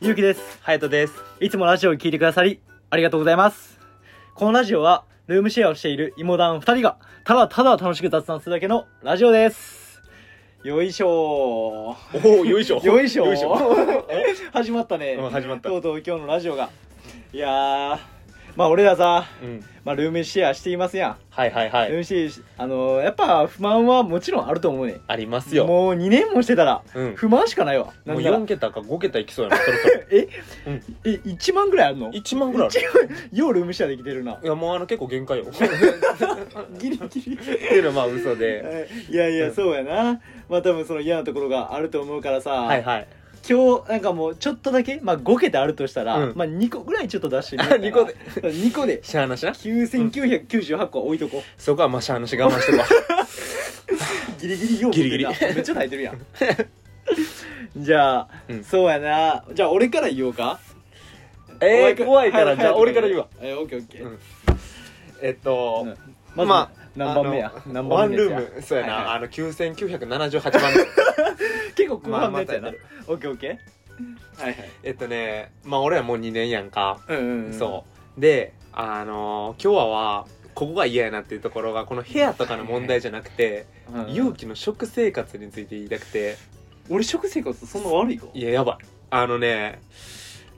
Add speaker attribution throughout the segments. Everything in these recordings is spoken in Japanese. Speaker 1: ゆうきです。はやとです。いつもラジオを聞いてくださり、ありがとうございます。このラジオは、ルームシェアをしている妹団二人が、ただただ楽しく雑談するだけのラジオです。よいしょ
Speaker 2: おおよいしょ
Speaker 1: ー。 よいしょー。
Speaker 2: よいしょ
Speaker 1: 始まったね。
Speaker 2: うん始まった
Speaker 1: とうとう今日のラジオが。いやー、まあ俺らさ、
Speaker 2: うん
Speaker 1: まあルームシェアしていますやん。
Speaker 2: はいはいは
Speaker 1: ルー
Speaker 2: い
Speaker 1: ムシェア、あのー、やっぱ不満はもちろんあると思うね。
Speaker 2: ありますよも
Speaker 1: もう2年もしてたら、
Speaker 2: うん
Speaker 1: 不満しかないわ。
Speaker 2: う
Speaker 1: なんなら
Speaker 2: 4桁か5桁いきそうやなそろそろ
Speaker 1: え、
Speaker 2: うん
Speaker 1: え1万ぐらいあ るの
Speaker 2: 1万ぐらいある
Speaker 1: ようルームシェアできてるない
Speaker 2: やもうあの結構限界よっ
Speaker 1: ギリギリ
Speaker 2: ていうのはまあ嘘で
Speaker 1: いやいうや
Speaker 2: ん
Speaker 1: そうやなまあ多分その嫌なところがあると思うからさ、
Speaker 2: はいはい
Speaker 1: 今日なんかもうちょっとだけ、まあ、5桁あるとしたら、
Speaker 2: うん
Speaker 1: まあ2個ぐらいちょっと出してみようかな
Speaker 2: 2個で
Speaker 1: 2個で
Speaker 2: しゃあなしな
Speaker 1: 9998個は置いとこう
Speaker 2: そこはまあしゃあな し我慢してるわ
Speaker 1: ギリギリよう
Speaker 2: ギリギリ
Speaker 1: 持ってんなめっちゃ耐えてるや んじゃあ、
Speaker 2: うん
Speaker 1: そうやなじゃあ俺から言おうか
Speaker 2: え
Speaker 1: お前
Speaker 2: ー怖いからじゃあ俺から言うわ
Speaker 1: えーオッケーオッケー、
Speaker 2: うんえっと
Speaker 1: うん
Speaker 2: ま
Speaker 1: まず、
Speaker 2: あ
Speaker 1: 何番目や
Speaker 2: あの
Speaker 1: 何
Speaker 2: ワ
Speaker 1: 番
Speaker 2: ン
Speaker 1: 目の
Speaker 2: ル
Speaker 1: やつや
Speaker 2: ームそうや
Speaker 1: はいは
Speaker 2: ないあの9978番 目
Speaker 1: 結構後半のやつや
Speaker 2: まあ
Speaker 1: な、
Speaker 2: またや
Speaker 1: オッケーオッケーはいはい
Speaker 2: えっとねまあ俺らもう2年やんか
Speaker 1: うんう
Speaker 2: そうであのー今日ははここが嫌やなっていうところがこの部屋とかの問題じゃなくて
Speaker 1: うん、うん
Speaker 2: 勇気の食生活について言いたくて
Speaker 1: 俺食生活そんな悪いか
Speaker 2: いややばいあのね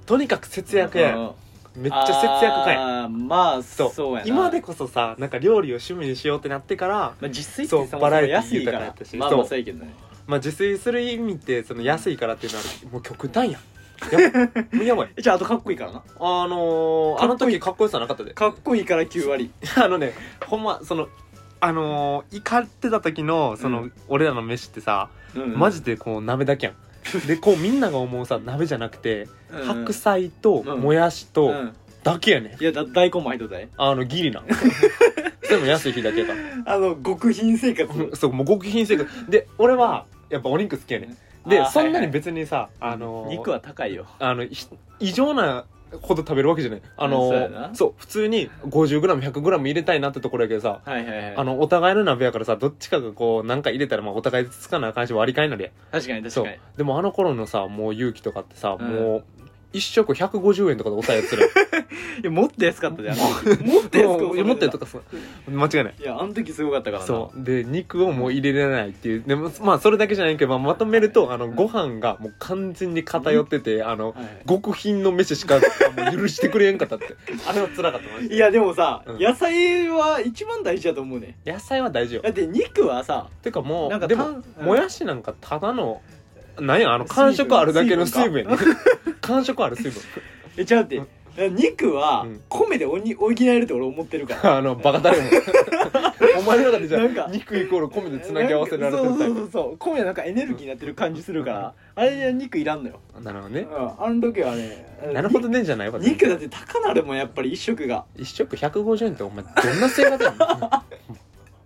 Speaker 2: とにかく節約やんめっちゃ節約家やん
Speaker 1: あーまあ
Speaker 2: そ
Speaker 1: そううやな
Speaker 2: 今でこそさなんか料理を趣味にしようってなってから、
Speaker 1: まあ、実炊って
Speaker 2: そ
Speaker 1: そも
Speaker 2: う
Speaker 1: そ
Speaker 2: バ
Speaker 1: も
Speaker 2: ラエティ
Speaker 1: 安いか
Speaker 2: 豊かや
Speaker 1: ら
Speaker 2: ったし
Speaker 1: まあまあ
Speaker 2: そう
Speaker 1: そうやけどね
Speaker 2: まあ、自炊する意味ってその安いからっていうのはもう極端やんやば いもうやばい
Speaker 1: じゃああとかっこいいからな
Speaker 2: あのー、
Speaker 1: か
Speaker 2: あ
Speaker 1: っこいい
Speaker 2: の時かっこよさなかったで
Speaker 1: かっこいいから9割
Speaker 2: あのねほんまそのあのー、怒ってた時のその、
Speaker 1: う
Speaker 2: 俺らの飯ってさ
Speaker 1: うん
Speaker 2: マジでこう鍋だけやんでこうみんなが思うさ鍋じゃなくて
Speaker 1: うん
Speaker 2: 白菜と
Speaker 1: うん
Speaker 2: もやし
Speaker 1: う
Speaker 2: と
Speaker 1: ん
Speaker 2: だけやねん
Speaker 1: いやだ大根も入っとったで
Speaker 2: あのギ リなでも安い日だけやから
Speaker 1: あの極貧生活
Speaker 2: そうもう極貧生活で俺はやっぱお肉好きやねんで
Speaker 1: あー
Speaker 2: そんなに
Speaker 1: はいはい
Speaker 2: 別にさあのー
Speaker 1: 肉は高いよ
Speaker 2: あのひ異常なほど食べるわけじゃないあの
Speaker 1: そうやな
Speaker 2: ーそう普通に 50g100g 入れたいなってところやけどさ
Speaker 1: はいはいはい
Speaker 2: あのお互いの鍋やからさどっちかがこうなんか入れたらまあお互いつかなあかんし割り替えになるやん
Speaker 1: 確かに
Speaker 2: そ
Speaker 1: 確
Speaker 2: う
Speaker 1: かに
Speaker 2: でもあの頃のさもう勇気とかってさ、
Speaker 1: うん
Speaker 2: もう一食150円とかで抑えやつる
Speaker 1: いやもっと安かったじゃん もっと安か
Speaker 2: もういや持ってるとかさ間違いない
Speaker 1: いやあの時すごかったからな
Speaker 2: そうで肉をもう入れられないっていうでもまあそれだけじゃないけど、まあ、まとめるとあのご飯がもう完全に偏っててあの
Speaker 1: はいはい
Speaker 2: 極貧の飯しかもう許してくれへんかったって あれは辛かったマジで
Speaker 1: いやでもさ、
Speaker 2: うん
Speaker 1: 野菜は一番大事だと思うね
Speaker 2: 野菜は大事よ
Speaker 1: だって肉はさ
Speaker 2: てかも
Speaker 1: なんか
Speaker 2: うで
Speaker 1: た
Speaker 2: も
Speaker 1: んうん
Speaker 2: もやしなんかただのなんやあの感触あるだけの水分やね 感触ある水分
Speaker 1: えちゃうって、肉は
Speaker 2: うん
Speaker 1: 米でおに補えるって俺思ってるから
Speaker 2: あのバカだれも お前の中でじゃ
Speaker 1: なんか
Speaker 2: あ肉イコール米でつなぎ合わせられて
Speaker 1: な
Speaker 2: る
Speaker 1: んか
Speaker 2: タ
Speaker 1: そ
Speaker 2: イ
Speaker 1: うそうそうそう米はなんかエネルギーになってる感じするからあれで肉いらんのよ、
Speaker 2: プなるほど
Speaker 1: う
Speaker 2: ね
Speaker 1: ん、あの時はね
Speaker 2: なるほどねじゃないわ
Speaker 1: に肉だって高なるもんやっぱり一食が
Speaker 2: 一食150円ってお前どんな生活やね ん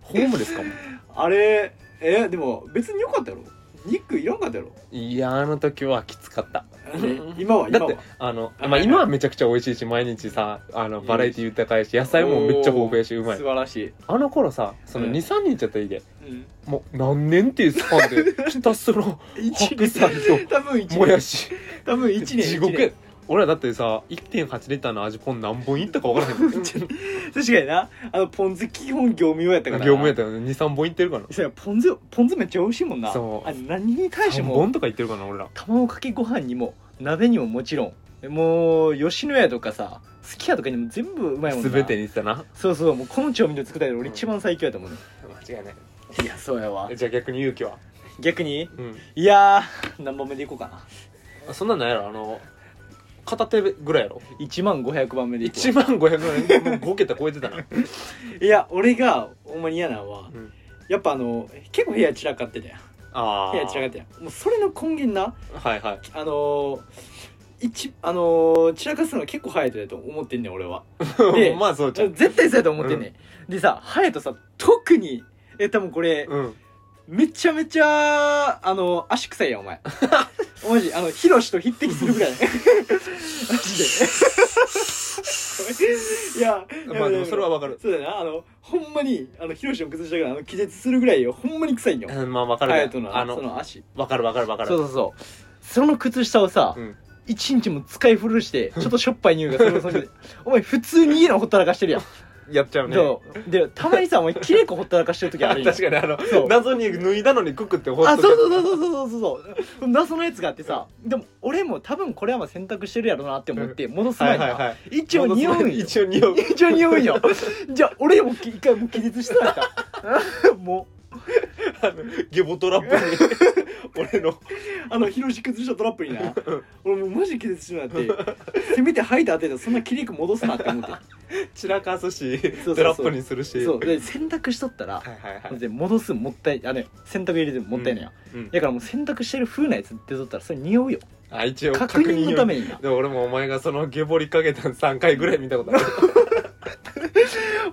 Speaker 2: ホームですかお前
Speaker 1: あれえでも別によかったやろ肉いらんかったやろ、
Speaker 2: いやあの時はきつかった
Speaker 1: ね今は今
Speaker 2: だっ
Speaker 1: は
Speaker 2: てあの、
Speaker 1: あ
Speaker 2: ま
Speaker 1: は
Speaker 2: あ、
Speaker 1: い
Speaker 2: 今はめちゃくちゃ美味しいし毎日さあのバラエティ豊かいし野菜もめっちゃ豊富やしうまい
Speaker 1: 素晴らしい、
Speaker 2: あの頃さその
Speaker 1: うん
Speaker 2: 23日やったらいいで
Speaker 1: うん、
Speaker 2: もう何年っていうスパ ンでひたすら白菜
Speaker 1: 多分一
Speaker 2: と
Speaker 1: 年
Speaker 2: もやし
Speaker 1: 多分一年
Speaker 2: 地獄
Speaker 1: 一年
Speaker 2: や俺らだってさ1.8リッターの味ポン何本いったか分からへん業
Speaker 1: 確かになあのポン酢基本業務用やったから
Speaker 2: 務やったたよね23本いってるかな
Speaker 1: ポン酢ポン酢めっちゃ美味しいもんな
Speaker 2: そう
Speaker 1: あれ何に対して
Speaker 2: 3
Speaker 1: も
Speaker 2: 本とかいってるかな俺ら
Speaker 1: 卵かけご飯にも鍋にももちろんもう吉野家とかさすき家とかにも全部うまいもんな
Speaker 2: 全てにいってたな
Speaker 1: そうそうもうこの調味料作ったら俺一番最強やと思うね、
Speaker 2: 間違いない
Speaker 1: いやそうやわ
Speaker 2: じゃあ逆に勇気は
Speaker 1: 逆に
Speaker 2: うん
Speaker 1: いやー何番目でいこうかな
Speaker 2: そんなんなんやろあの片手ぐらいやろ
Speaker 1: 1万500番目でいこ
Speaker 2: 1万500円もう5桁超えて たな、
Speaker 1: ういや俺がほんまに嫌なのは
Speaker 2: うん、
Speaker 1: やっぱあの結構部屋散らかってたやん
Speaker 2: ああ
Speaker 1: 部屋散らかってたやんもうそれの根源な
Speaker 2: はいはい
Speaker 1: あのー、一あのー、散らかすのが結構早いと思ってんねん俺はで
Speaker 2: まあそうじゃん
Speaker 1: 絶対そうやと思ってんねん、でさ隼人さ特にえ多分これ、
Speaker 2: うん
Speaker 1: めちゃめちゃあの足臭いやんお 前マジあのヒロシと匹敵するぐらいマジ でいやいや
Speaker 2: まあでもそれはわかる
Speaker 1: そうだよなあのほんまにあのヒロシの靴下からあの気絶するぐらいよほんまに臭いんよ
Speaker 2: うんまあわかる
Speaker 1: 隼
Speaker 2: ね
Speaker 1: 人の
Speaker 2: あ
Speaker 1: そ
Speaker 2: の
Speaker 1: の足
Speaker 2: わかるわかるわかる
Speaker 1: そうそうそうその靴下をさ、
Speaker 2: うん
Speaker 1: 一日も使い古してちょっとしょっぱい匂いがするそ れでお前普通に家のほったらかしてるやん
Speaker 2: やっちゃうね
Speaker 1: どうでたまにさお前きれいこほったらかしてる時あ
Speaker 2: あ
Speaker 1: る
Speaker 2: 確
Speaker 1: やん
Speaker 2: かにあの
Speaker 1: そう
Speaker 2: 謎に脱いだのにくくってほっ
Speaker 1: あ
Speaker 2: と
Speaker 1: そうそうそうそうそうそうそう謎のやつがあってさでも俺も多分これはまあ洗濯してるやろうなって思って戻す
Speaker 2: は
Speaker 1: 前
Speaker 2: い
Speaker 1: に
Speaker 2: はい
Speaker 1: な
Speaker 2: はい
Speaker 1: 一応匂うんよ
Speaker 2: 一応匂う
Speaker 1: 一応匂うんよじゃあ俺もき一回もう気絶してたから も
Speaker 2: あのゲボトラップに 俺の
Speaker 1: うあの広し崩したトラップにな俺もうマジ気絶してな ってせめて吐いた後でそんな切りく戻すなって思って
Speaker 2: 散らかすし
Speaker 1: そうそうそう
Speaker 2: トラップにするし
Speaker 1: そうで洗濯しとったら
Speaker 2: はいはいはい
Speaker 1: で戻すんもったいあね洗濯入れてもったいないや、
Speaker 2: うん
Speaker 1: だからもう洗濯してる風なやつ出とったらそれ匂うよ
Speaker 2: あ一応
Speaker 1: 確認のためにな
Speaker 2: でも俺もお前がそのゲボりかけたの3回ぐらい見たことある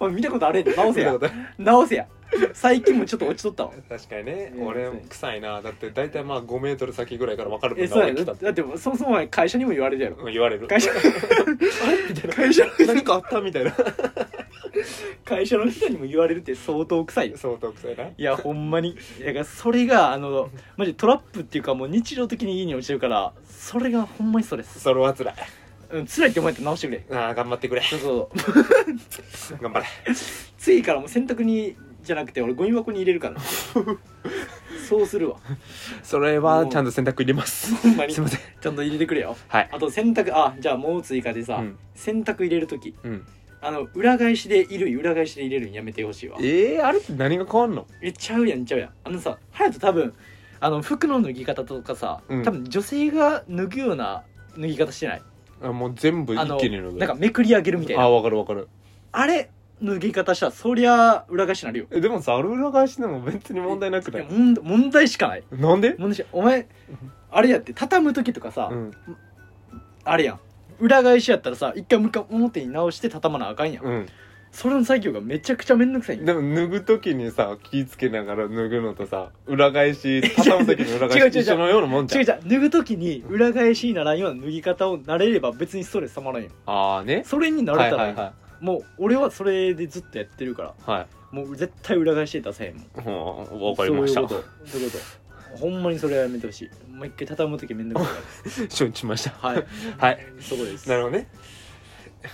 Speaker 1: おい見たことあれで直せ
Speaker 2: 見
Speaker 1: や
Speaker 2: たことある
Speaker 1: 直せや最近もちょっと落ちとったわ
Speaker 2: 確かにね
Speaker 1: うん
Speaker 2: 俺臭いなだって大体まあ5メートル先ぐらいから分かるもん
Speaker 1: え
Speaker 2: な
Speaker 1: そうや
Speaker 2: 俺
Speaker 1: ね
Speaker 2: 来
Speaker 1: だ
Speaker 2: たっ
Speaker 1: っててだってそもそも会社にも言われるやろ
Speaker 2: うん言われる
Speaker 1: 会社会社の
Speaker 2: 何かあったみた いな
Speaker 1: 会社の人にも言われるって相当臭いよ
Speaker 2: 相当臭いない
Speaker 1: やほんまにいやそれがあのマジトラップっていうかもう日常的に家に落ちてるからそれがほんまにストレス、
Speaker 2: それは辛い
Speaker 1: うん、辛いって思えて直してくれ
Speaker 2: ああ頑張ってくれ
Speaker 1: そうそう
Speaker 2: 頑張れ
Speaker 1: 次からもう洗濯にじゃなくて俺ゴミ箱に入れるから そうするわ
Speaker 2: それはちゃんと洗濯入れます
Speaker 1: ほんまに
Speaker 2: すいません
Speaker 1: ちゃんと入れてくれよ
Speaker 2: はい
Speaker 1: あと洗濯あじゃあもう追加でさ、
Speaker 2: うん
Speaker 1: 洗濯入れる時
Speaker 2: うん
Speaker 1: あの裏返しでいる裏返しで入れるんやめてほしいわ
Speaker 2: ええあれって何が変わんの
Speaker 1: えちゃうやんちゃうやんあのさ隼人多分あの服の脱ぎ方とかさ、
Speaker 2: うん
Speaker 1: 多分女性が脱ぐような脱ぎ方してない
Speaker 2: あもう全部
Speaker 1: あ
Speaker 2: 一
Speaker 1: の
Speaker 2: 気にの
Speaker 1: なんかめくり上げるみたい
Speaker 2: あ
Speaker 1: な
Speaker 2: 分かる分かる
Speaker 1: あれ脱ぎ方したらそりゃ裏返しになるよ
Speaker 2: えでもさあれ裏返しでも別に問題なくない
Speaker 1: や問問題しかない
Speaker 2: なんで
Speaker 1: 問題しかお前あれやって畳む時とかさ、
Speaker 2: うん
Speaker 1: あれやん裏返しやったらさ一回もう一回表に直して畳まなあかんやん、
Speaker 2: うん
Speaker 1: それの作業がめちゃくちゃめんどくさいんよ
Speaker 2: でも脱ぐ時にさ気ぃつけながら脱ぐのとさ裏返し畳む時の裏
Speaker 1: 違う違
Speaker 2: 返
Speaker 1: う
Speaker 2: し
Speaker 1: 違う
Speaker 2: 一緒のようなもんじ
Speaker 1: 違
Speaker 2: ゃ
Speaker 1: うん違う脱ぐ時に裏返しにならんような脱ぎ方を慣れれば別にストレスたまらんよ
Speaker 2: ああね
Speaker 1: それに慣れ
Speaker 2: はい
Speaker 1: た
Speaker 2: は
Speaker 1: らい
Speaker 2: い
Speaker 1: い
Speaker 2: は
Speaker 1: もう俺はそれでずっとやってるから
Speaker 2: いはい
Speaker 1: もう絶対裏返して出せへんもん
Speaker 2: うんわかりまし
Speaker 1: そういうこと
Speaker 2: た
Speaker 1: そういうことほんまにそれはやめてほしいもう一回畳む時めんどくさいか
Speaker 2: 承知しました
Speaker 1: らはい
Speaker 2: はい
Speaker 1: そこです
Speaker 2: なるほどね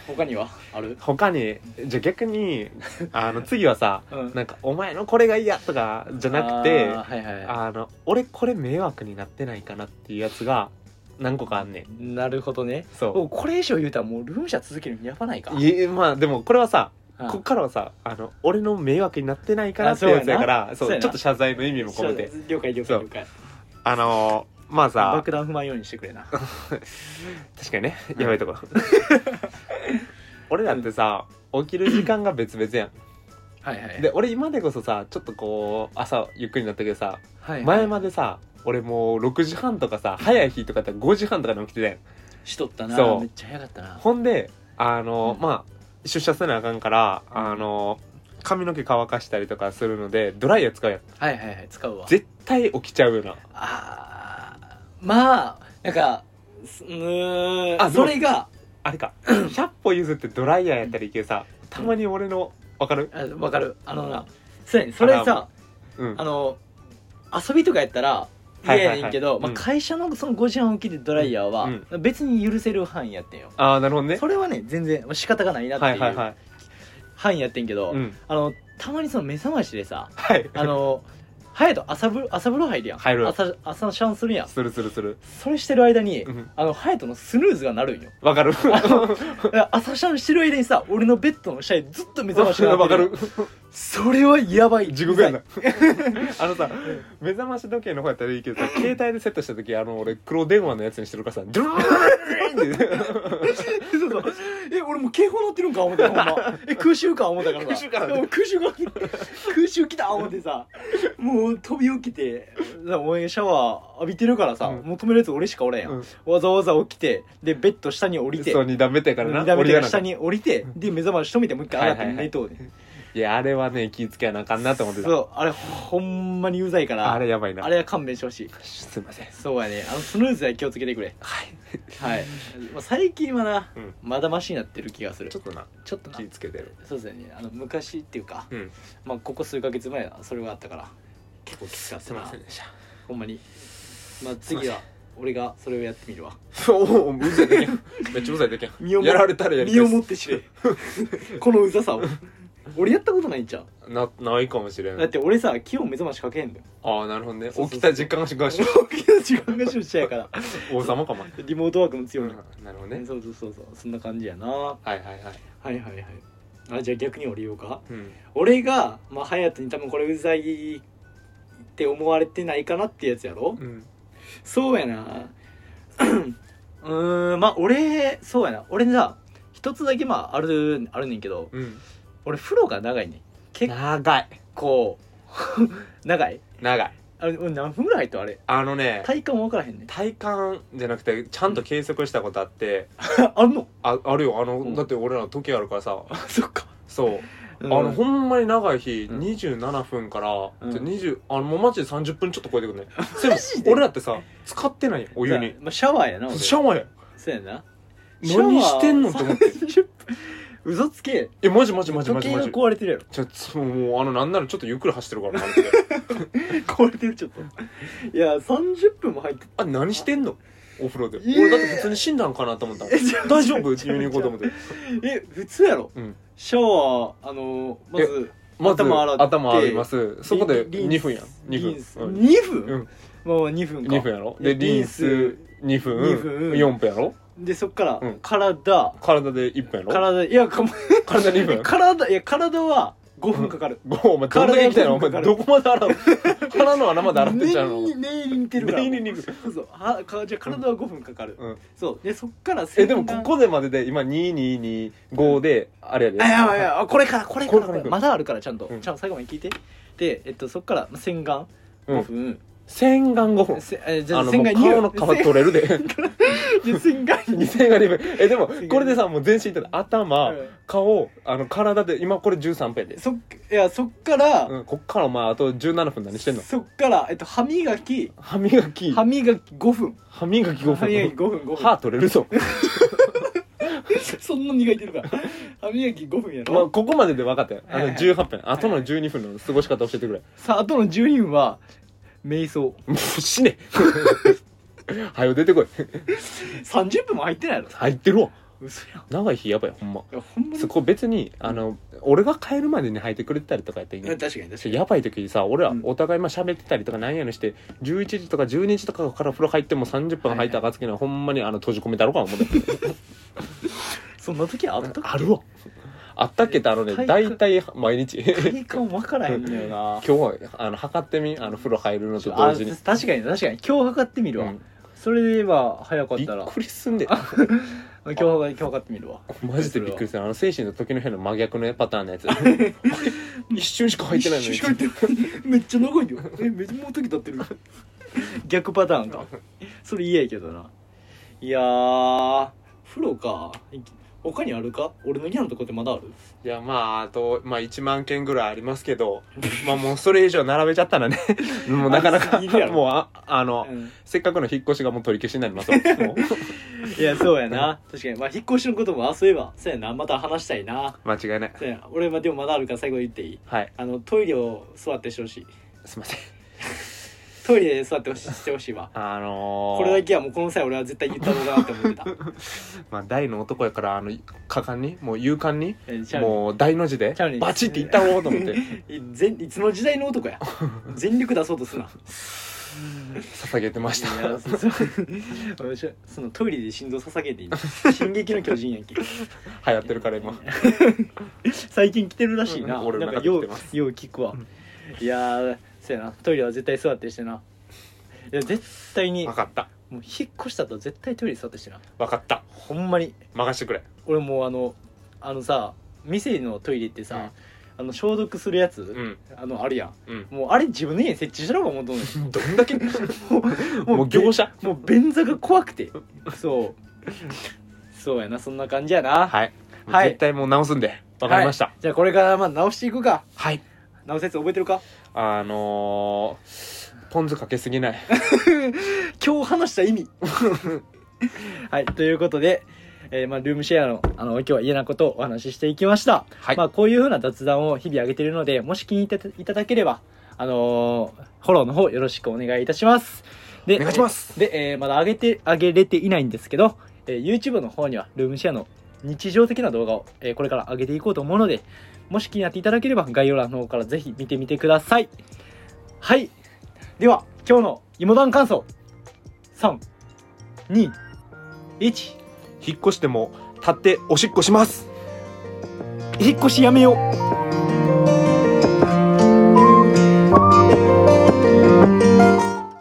Speaker 1: 他にはある
Speaker 2: 他にじゃあ逆にあの次はさ
Speaker 1: うん
Speaker 2: なんか「お前のこれが嫌」とかじゃなくて
Speaker 1: あーはいはいは
Speaker 2: あの俺これ迷惑になってないかなっていうやつが何個かあんねん
Speaker 1: いなるほどね
Speaker 2: そ
Speaker 1: おこれ以上言うたらもうルームシェア続けるのやばないか
Speaker 2: ういえまあでもこれはさ
Speaker 1: うん
Speaker 2: こっからはさあの俺の迷惑になってないから
Speaker 1: あ
Speaker 2: って
Speaker 1: そうや
Speaker 2: や
Speaker 1: な
Speaker 2: つやからそう
Speaker 1: そうやな
Speaker 2: ちょっと謝罪の意味も込めて
Speaker 1: 了解了
Speaker 2: そ
Speaker 1: 解
Speaker 2: う
Speaker 1: 了解
Speaker 2: あのーまあさ
Speaker 1: 爆弾踏まんようにしてくれな
Speaker 2: 確かにね
Speaker 1: うん
Speaker 2: やばいとこ 俺だってさ起きる時間が別々や
Speaker 1: はいはい
Speaker 2: んで俺今でこそさちょっとこう朝ゆっくりになったけどさ
Speaker 1: はいはい
Speaker 2: 前までさ俺もう6時半とかさ早い日とかだったら5時半とかに起きてたやん
Speaker 1: しとった
Speaker 2: そ
Speaker 1: な
Speaker 2: う
Speaker 1: めっちゃ早かったな
Speaker 2: ほんであの、
Speaker 1: うん
Speaker 2: まあ出社せなあかんからあの髪の毛乾かしたりとかするのでドライヤー使うやん
Speaker 1: はいはいはい使うわ
Speaker 2: 絶対起きちゃうよな
Speaker 1: あーまあなんかすうーん
Speaker 2: あ
Speaker 1: あ
Speaker 2: でも
Speaker 1: それが
Speaker 2: あれか100歩 譲ってドライヤーやったらいいけどさたまに俺のわかる
Speaker 1: あわかるあのなそうやねそれさ
Speaker 2: うん
Speaker 1: あの遊びとかやったら
Speaker 2: は
Speaker 1: 嫌
Speaker 2: いはい
Speaker 1: や
Speaker 2: はい
Speaker 1: ねんけど、
Speaker 2: うん
Speaker 1: まあ、会社のその5時半起きでドライヤーは
Speaker 2: うん
Speaker 1: 別に許せる範囲やってんよ、
Speaker 2: ああなるほどね
Speaker 1: それはね全然まあ仕方がないなって
Speaker 2: はい
Speaker 1: い
Speaker 2: はいは
Speaker 1: う
Speaker 2: い
Speaker 1: 範囲やってんけど、
Speaker 2: うん
Speaker 1: あのたまにその目覚ましでさ
Speaker 2: はい
Speaker 1: あの隼人朝ぶ朝風呂入るやん
Speaker 2: 入る
Speaker 1: 朝朝シャンするやん
Speaker 2: するするする
Speaker 1: それしてる間に、
Speaker 2: うん
Speaker 1: あの隼人のスヌーズが鳴るんよ
Speaker 2: わかる
Speaker 1: だから朝シャンしてる間にさ俺のベッドの下にずっと目覚ましが鳴
Speaker 2: わ
Speaker 1: って
Speaker 2: か
Speaker 1: よ
Speaker 2: る
Speaker 1: それはやばい
Speaker 2: 地獄や なあのさ目覚まし時計の方やったらいいけどさ携帯でセットした時あの俺黒電話のやつにしてるからさドゥルーンって
Speaker 1: そうそうえ俺もう警報鳴ってるんか思ったほん まえ空襲か思ったからさ
Speaker 2: 空襲か
Speaker 1: でも空襲が空襲来た思ってさもう飛び起きて俺シャワー浴びてるからさ、
Speaker 2: うん
Speaker 1: もう止めるやつ俺しかおれんやん、わざわざ起きてでベッド下に降りて
Speaker 2: そう2段目やから
Speaker 1: 二
Speaker 2: な
Speaker 1: 段目
Speaker 2: 俺
Speaker 1: から
Speaker 2: がなん
Speaker 1: 下
Speaker 2: か
Speaker 1: に降りてで目覚まし止めてもう一回洗って寝とうね、
Speaker 2: いやあれはね気ぃつけなあかんなと思ってた
Speaker 1: そうあれほんまにうざいから
Speaker 2: あれやばいな
Speaker 1: あれは勘弁してほしい
Speaker 2: すいません
Speaker 1: そうやねあのスヌーズは気をつけてくれ
Speaker 2: はい
Speaker 1: はいまあ最近はな、
Speaker 2: うん
Speaker 1: まだマシになってる気がする
Speaker 2: ちょっとな
Speaker 1: ちょっとな
Speaker 2: 気ぃつけてる
Speaker 1: そうですねあの昔っていうか、
Speaker 2: うん
Speaker 1: まあ、ここ数ヶ月前はそれがあったから結構きつかっ
Speaker 2: す
Speaker 1: た
Speaker 2: いま
Speaker 1: な
Speaker 2: せんでした
Speaker 1: ほんまにまあ次は俺がそれをやってみるわ
Speaker 2: そううざいだけん めっちゃうざいだけん
Speaker 1: 身をも
Speaker 2: やられたらやり
Speaker 1: 身をも
Speaker 2: 返
Speaker 1: って知れ このうざさを俺やったことないんちゃう
Speaker 2: すなないかもしれん
Speaker 1: だって俺さ気温目覚ましかけへんだよ
Speaker 2: ああなるほどね
Speaker 1: そうそう
Speaker 2: 起きた時間がしがし
Speaker 1: 起きた時間が出社やから
Speaker 2: 王様かもね
Speaker 1: リモートワークも強いの、
Speaker 2: なるほどね
Speaker 1: そうそうそうそうそんな感じやなは
Speaker 2: はいはいはい
Speaker 1: いはいはいあじゃあ逆に俺言おうか
Speaker 2: うん
Speaker 1: 俺がまあ隼人に多分これうざいって思われてないかなってやつやろ
Speaker 2: うん
Speaker 1: そうやな うーんまあ俺そうやな俺さ一つだけまああるあるねんけど
Speaker 2: うん
Speaker 1: 俺風呂が長いねん結
Speaker 2: 長い
Speaker 1: 構 長い
Speaker 2: 長い
Speaker 1: あれ俺何分ぐらい入ったあれ
Speaker 2: あのね
Speaker 1: 体感分からへんねん
Speaker 2: 体感じゃなくてちゃんと計測したことあって
Speaker 1: あんの
Speaker 2: ああるよあ
Speaker 1: うん
Speaker 2: のだって俺ら時計あるからさ
Speaker 1: あそっか、
Speaker 2: そう
Speaker 1: う
Speaker 2: あ
Speaker 1: ん
Speaker 2: のほんまに長い日
Speaker 1: うん
Speaker 2: 27分から
Speaker 1: うん
Speaker 2: 20あのもうマジで30分ちょっと超えてくるね
Speaker 1: マジで
Speaker 2: 俺らってさ使ってないよお湯に
Speaker 1: まあ、シャワーやな俺
Speaker 2: シャワーや
Speaker 1: そうやなシャワー
Speaker 2: 何してんのって思って
Speaker 1: 30分嘘つけ
Speaker 2: えマジマジマジマジマ
Speaker 1: 時計
Speaker 2: ジ
Speaker 1: が壊れてる やろ
Speaker 2: ちょそうもうあのなんならちょっとゆっくり走ってるからなあれって
Speaker 1: 壊れてるちょっといや30分も入って
Speaker 2: あ何してん のお風呂で
Speaker 1: いや
Speaker 2: 俺だって普通に死んだんかなと思った大丈夫急に行こうと思って
Speaker 1: え普通やろ、
Speaker 2: うん
Speaker 1: シャワーあのまず
Speaker 2: まず
Speaker 1: 頭洗って
Speaker 2: 頭洗いますそこで
Speaker 1: リン
Speaker 2: 2分やん
Speaker 1: リン
Speaker 2: 2
Speaker 1: ス
Speaker 2: 分うん
Speaker 1: 2分、
Speaker 2: うん
Speaker 1: まあまあ2分か
Speaker 2: 2分やろでリンス2分
Speaker 1: 二分
Speaker 2: 4分やろ
Speaker 1: でそっから、
Speaker 2: うん
Speaker 1: 体
Speaker 2: 体で1分やろ
Speaker 1: 体いやかも
Speaker 2: 体2分
Speaker 1: 体いや体は5分かかる、
Speaker 2: ごお前どんだけ来たよお前
Speaker 1: 体が
Speaker 2: どこまで洗う鼻の穴まで洗ってんちゃうの
Speaker 1: 念に念入りに似てるから
Speaker 2: 念入りに似て
Speaker 1: そうそうはかじゃあ体は5分かかる、
Speaker 2: うん
Speaker 1: そうでそっから
Speaker 2: えでも
Speaker 1: 洗
Speaker 2: こ
Speaker 1: 顔
Speaker 2: こでまでで今2225であれやで
Speaker 1: あやばいやばいこれからこれか
Speaker 2: これ
Speaker 1: ら
Speaker 2: から
Speaker 1: これまだあるからちゃんと、
Speaker 2: うん
Speaker 1: ちゃんと最後まで聞いてで、えっと、そっから洗顔
Speaker 2: うん
Speaker 1: 5分、
Speaker 2: 洗顔5分
Speaker 1: せえじゃ
Speaker 2: あ
Speaker 1: あ
Speaker 2: の
Speaker 1: 洗
Speaker 2: もう
Speaker 1: 顔に
Speaker 2: 顔の皮取れるで
Speaker 1: 洗顔に
Speaker 2: 二洗顔2分えでもこれでさもう全身いったら頭
Speaker 1: うん
Speaker 2: 顔あの体で今これ13分やで
Speaker 1: そっいやそっから、
Speaker 2: うんこっからお前あと17分何してんの
Speaker 1: そっから、えっと、歯磨き
Speaker 2: 歯磨き
Speaker 1: 歯磨き5分
Speaker 2: 歯磨き
Speaker 1: 歯磨き5
Speaker 2: 5
Speaker 1: 分5分
Speaker 2: 分歯取れる ぞ
Speaker 1: そんな磨いてるから歯磨き5分や
Speaker 2: まあ
Speaker 1: ろ、
Speaker 2: ここまでで分かったよあ
Speaker 1: はい
Speaker 2: の
Speaker 1: はい
Speaker 2: 18分あとの12分の過ごし方教えてくれ
Speaker 1: さああとの12分は瞑想
Speaker 2: もう死 ねはよ出てこい
Speaker 1: 30分も入ってないやろ
Speaker 2: 入ってるわ
Speaker 1: 嘘やんい
Speaker 2: 長い日やばいほんま
Speaker 1: やほんまに
Speaker 2: そこ別にあの俺が帰るまでに入ってくれてたりとかやっていい
Speaker 1: いや
Speaker 2: ね
Speaker 1: 確かに確かに
Speaker 2: やばい時にさ俺ら
Speaker 1: うん
Speaker 2: お互いまあ喋ってたりとかなんやのして11時とか12時とかから風呂入っても30分入った暁にはほんまにあの閉じ込めだろうか思って
Speaker 1: そんな時あった
Speaker 2: あるわあったっけってあのね
Speaker 1: 体
Speaker 2: 大
Speaker 1: 感
Speaker 2: 体毎日 今
Speaker 1: 体感分からへんのよな
Speaker 2: 日はあの測ってみあの風呂入るのと同
Speaker 1: あ
Speaker 2: 時に
Speaker 1: 確かに確かに今日測ってみるわ、
Speaker 2: うん
Speaker 1: それで言えば早かっ
Speaker 2: び
Speaker 1: たら
Speaker 2: っくりすんで
Speaker 1: 今日測今日測ってみるわ
Speaker 2: マジでびっくりするあの精神の時の変の真逆のパターンのや つ一瞬しか入ってないのに
Speaker 1: 一緒に入ってるめっちゃ長いよえめっちゃもう時経ってる逆パターンかそれ嫌やけどないやー風呂か他にあるか俺の嫌なとこってまだある
Speaker 2: いやまああと、まあ、1万件ぐらいありますけどまあもうそれ以上並べちゃったらね もうなかな
Speaker 1: あ
Speaker 2: か
Speaker 1: りすぎるやろ
Speaker 2: もうああの、
Speaker 1: うん
Speaker 2: せっかくの引っ越しがもう取り消しになりますわ もう
Speaker 1: いやそうやな確かにまあ引っ越しのこともあそういえばそうやなまた話したいな
Speaker 2: 間違いない
Speaker 1: そうやな俺はでもまだあるから最後言っていい
Speaker 2: はい
Speaker 1: あのトイレを座ってしてほしい
Speaker 2: すいません
Speaker 1: トイレで座ってほししてほしいわ
Speaker 2: あのー、
Speaker 1: これだけはもうこの際俺は絶対言った方がなって思ってた
Speaker 2: まあ大の男やからあの果敢にもう勇敢に
Speaker 1: えちゃうね
Speaker 2: もう大の字で
Speaker 1: ちゃうね
Speaker 2: バチっていったろうと思って
Speaker 1: い全いつの時代の男や全力出そうとすな
Speaker 2: 捧げてました
Speaker 1: い やそそ私はそのトイレで心臓捧げていいの 「進撃の巨人」やんけ
Speaker 2: 流行ってるから今
Speaker 1: 最近来てるらしいな,、
Speaker 2: うん俺
Speaker 1: な
Speaker 2: の
Speaker 1: ん
Speaker 2: 中
Speaker 1: か
Speaker 2: で
Speaker 1: よ
Speaker 2: 来て
Speaker 1: う
Speaker 2: ます
Speaker 1: よう聞くわいやーそやなトイレは絶対座ってしてないや絶対に
Speaker 2: 分
Speaker 1: も
Speaker 2: かった
Speaker 1: う引っ越したと絶対トイレ座ってしてな
Speaker 2: 分かった
Speaker 1: ほんまに
Speaker 2: 任してくれ
Speaker 1: 俺もうあのあのさ店のトイレってさ、あの消毒するやつ、
Speaker 2: うん
Speaker 1: あのあるやん
Speaker 2: うん
Speaker 1: もうあれ自分の家に設置しろか思うとんねん
Speaker 2: どん だけもう業者
Speaker 1: もう便座が怖くてそうそうやなそんな感じやな、
Speaker 2: はい、
Speaker 1: はい
Speaker 2: 絶対もう直すんで分かりました
Speaker 1: はいじゃあこれからまあ直していくか
Speaker 2: はい
Speaker 1: 直せつ覚えてるか
Speaker 2: あのー、ポン酢かけすぎない
Speaker 1: 今日話した意味 はいということで、えーまあ、ルームシェアのあの今日は嫌なことをお話ししていきました、
Speaker 2: はい、
Speaker 1: まあ、こういうふうな雑談を日々上げているのでもし気に入っていただければあのーフォローの方よろしくお願いいたしますで
Speaker 2: お願いします
Speaker 1: で、えーまだ上げて上げれていないんですけど、えー YouTube の方にはルームシェアの日常的な動画を、えーこれから上げていこうと思うのでもし気になっていただければ概要欄の方からぜひ見てみてくださいはいでは今日の芋団感想321
Speaker 2: 引っ越しても立っておしっこします
Speaker 1: 引っ越しやめよう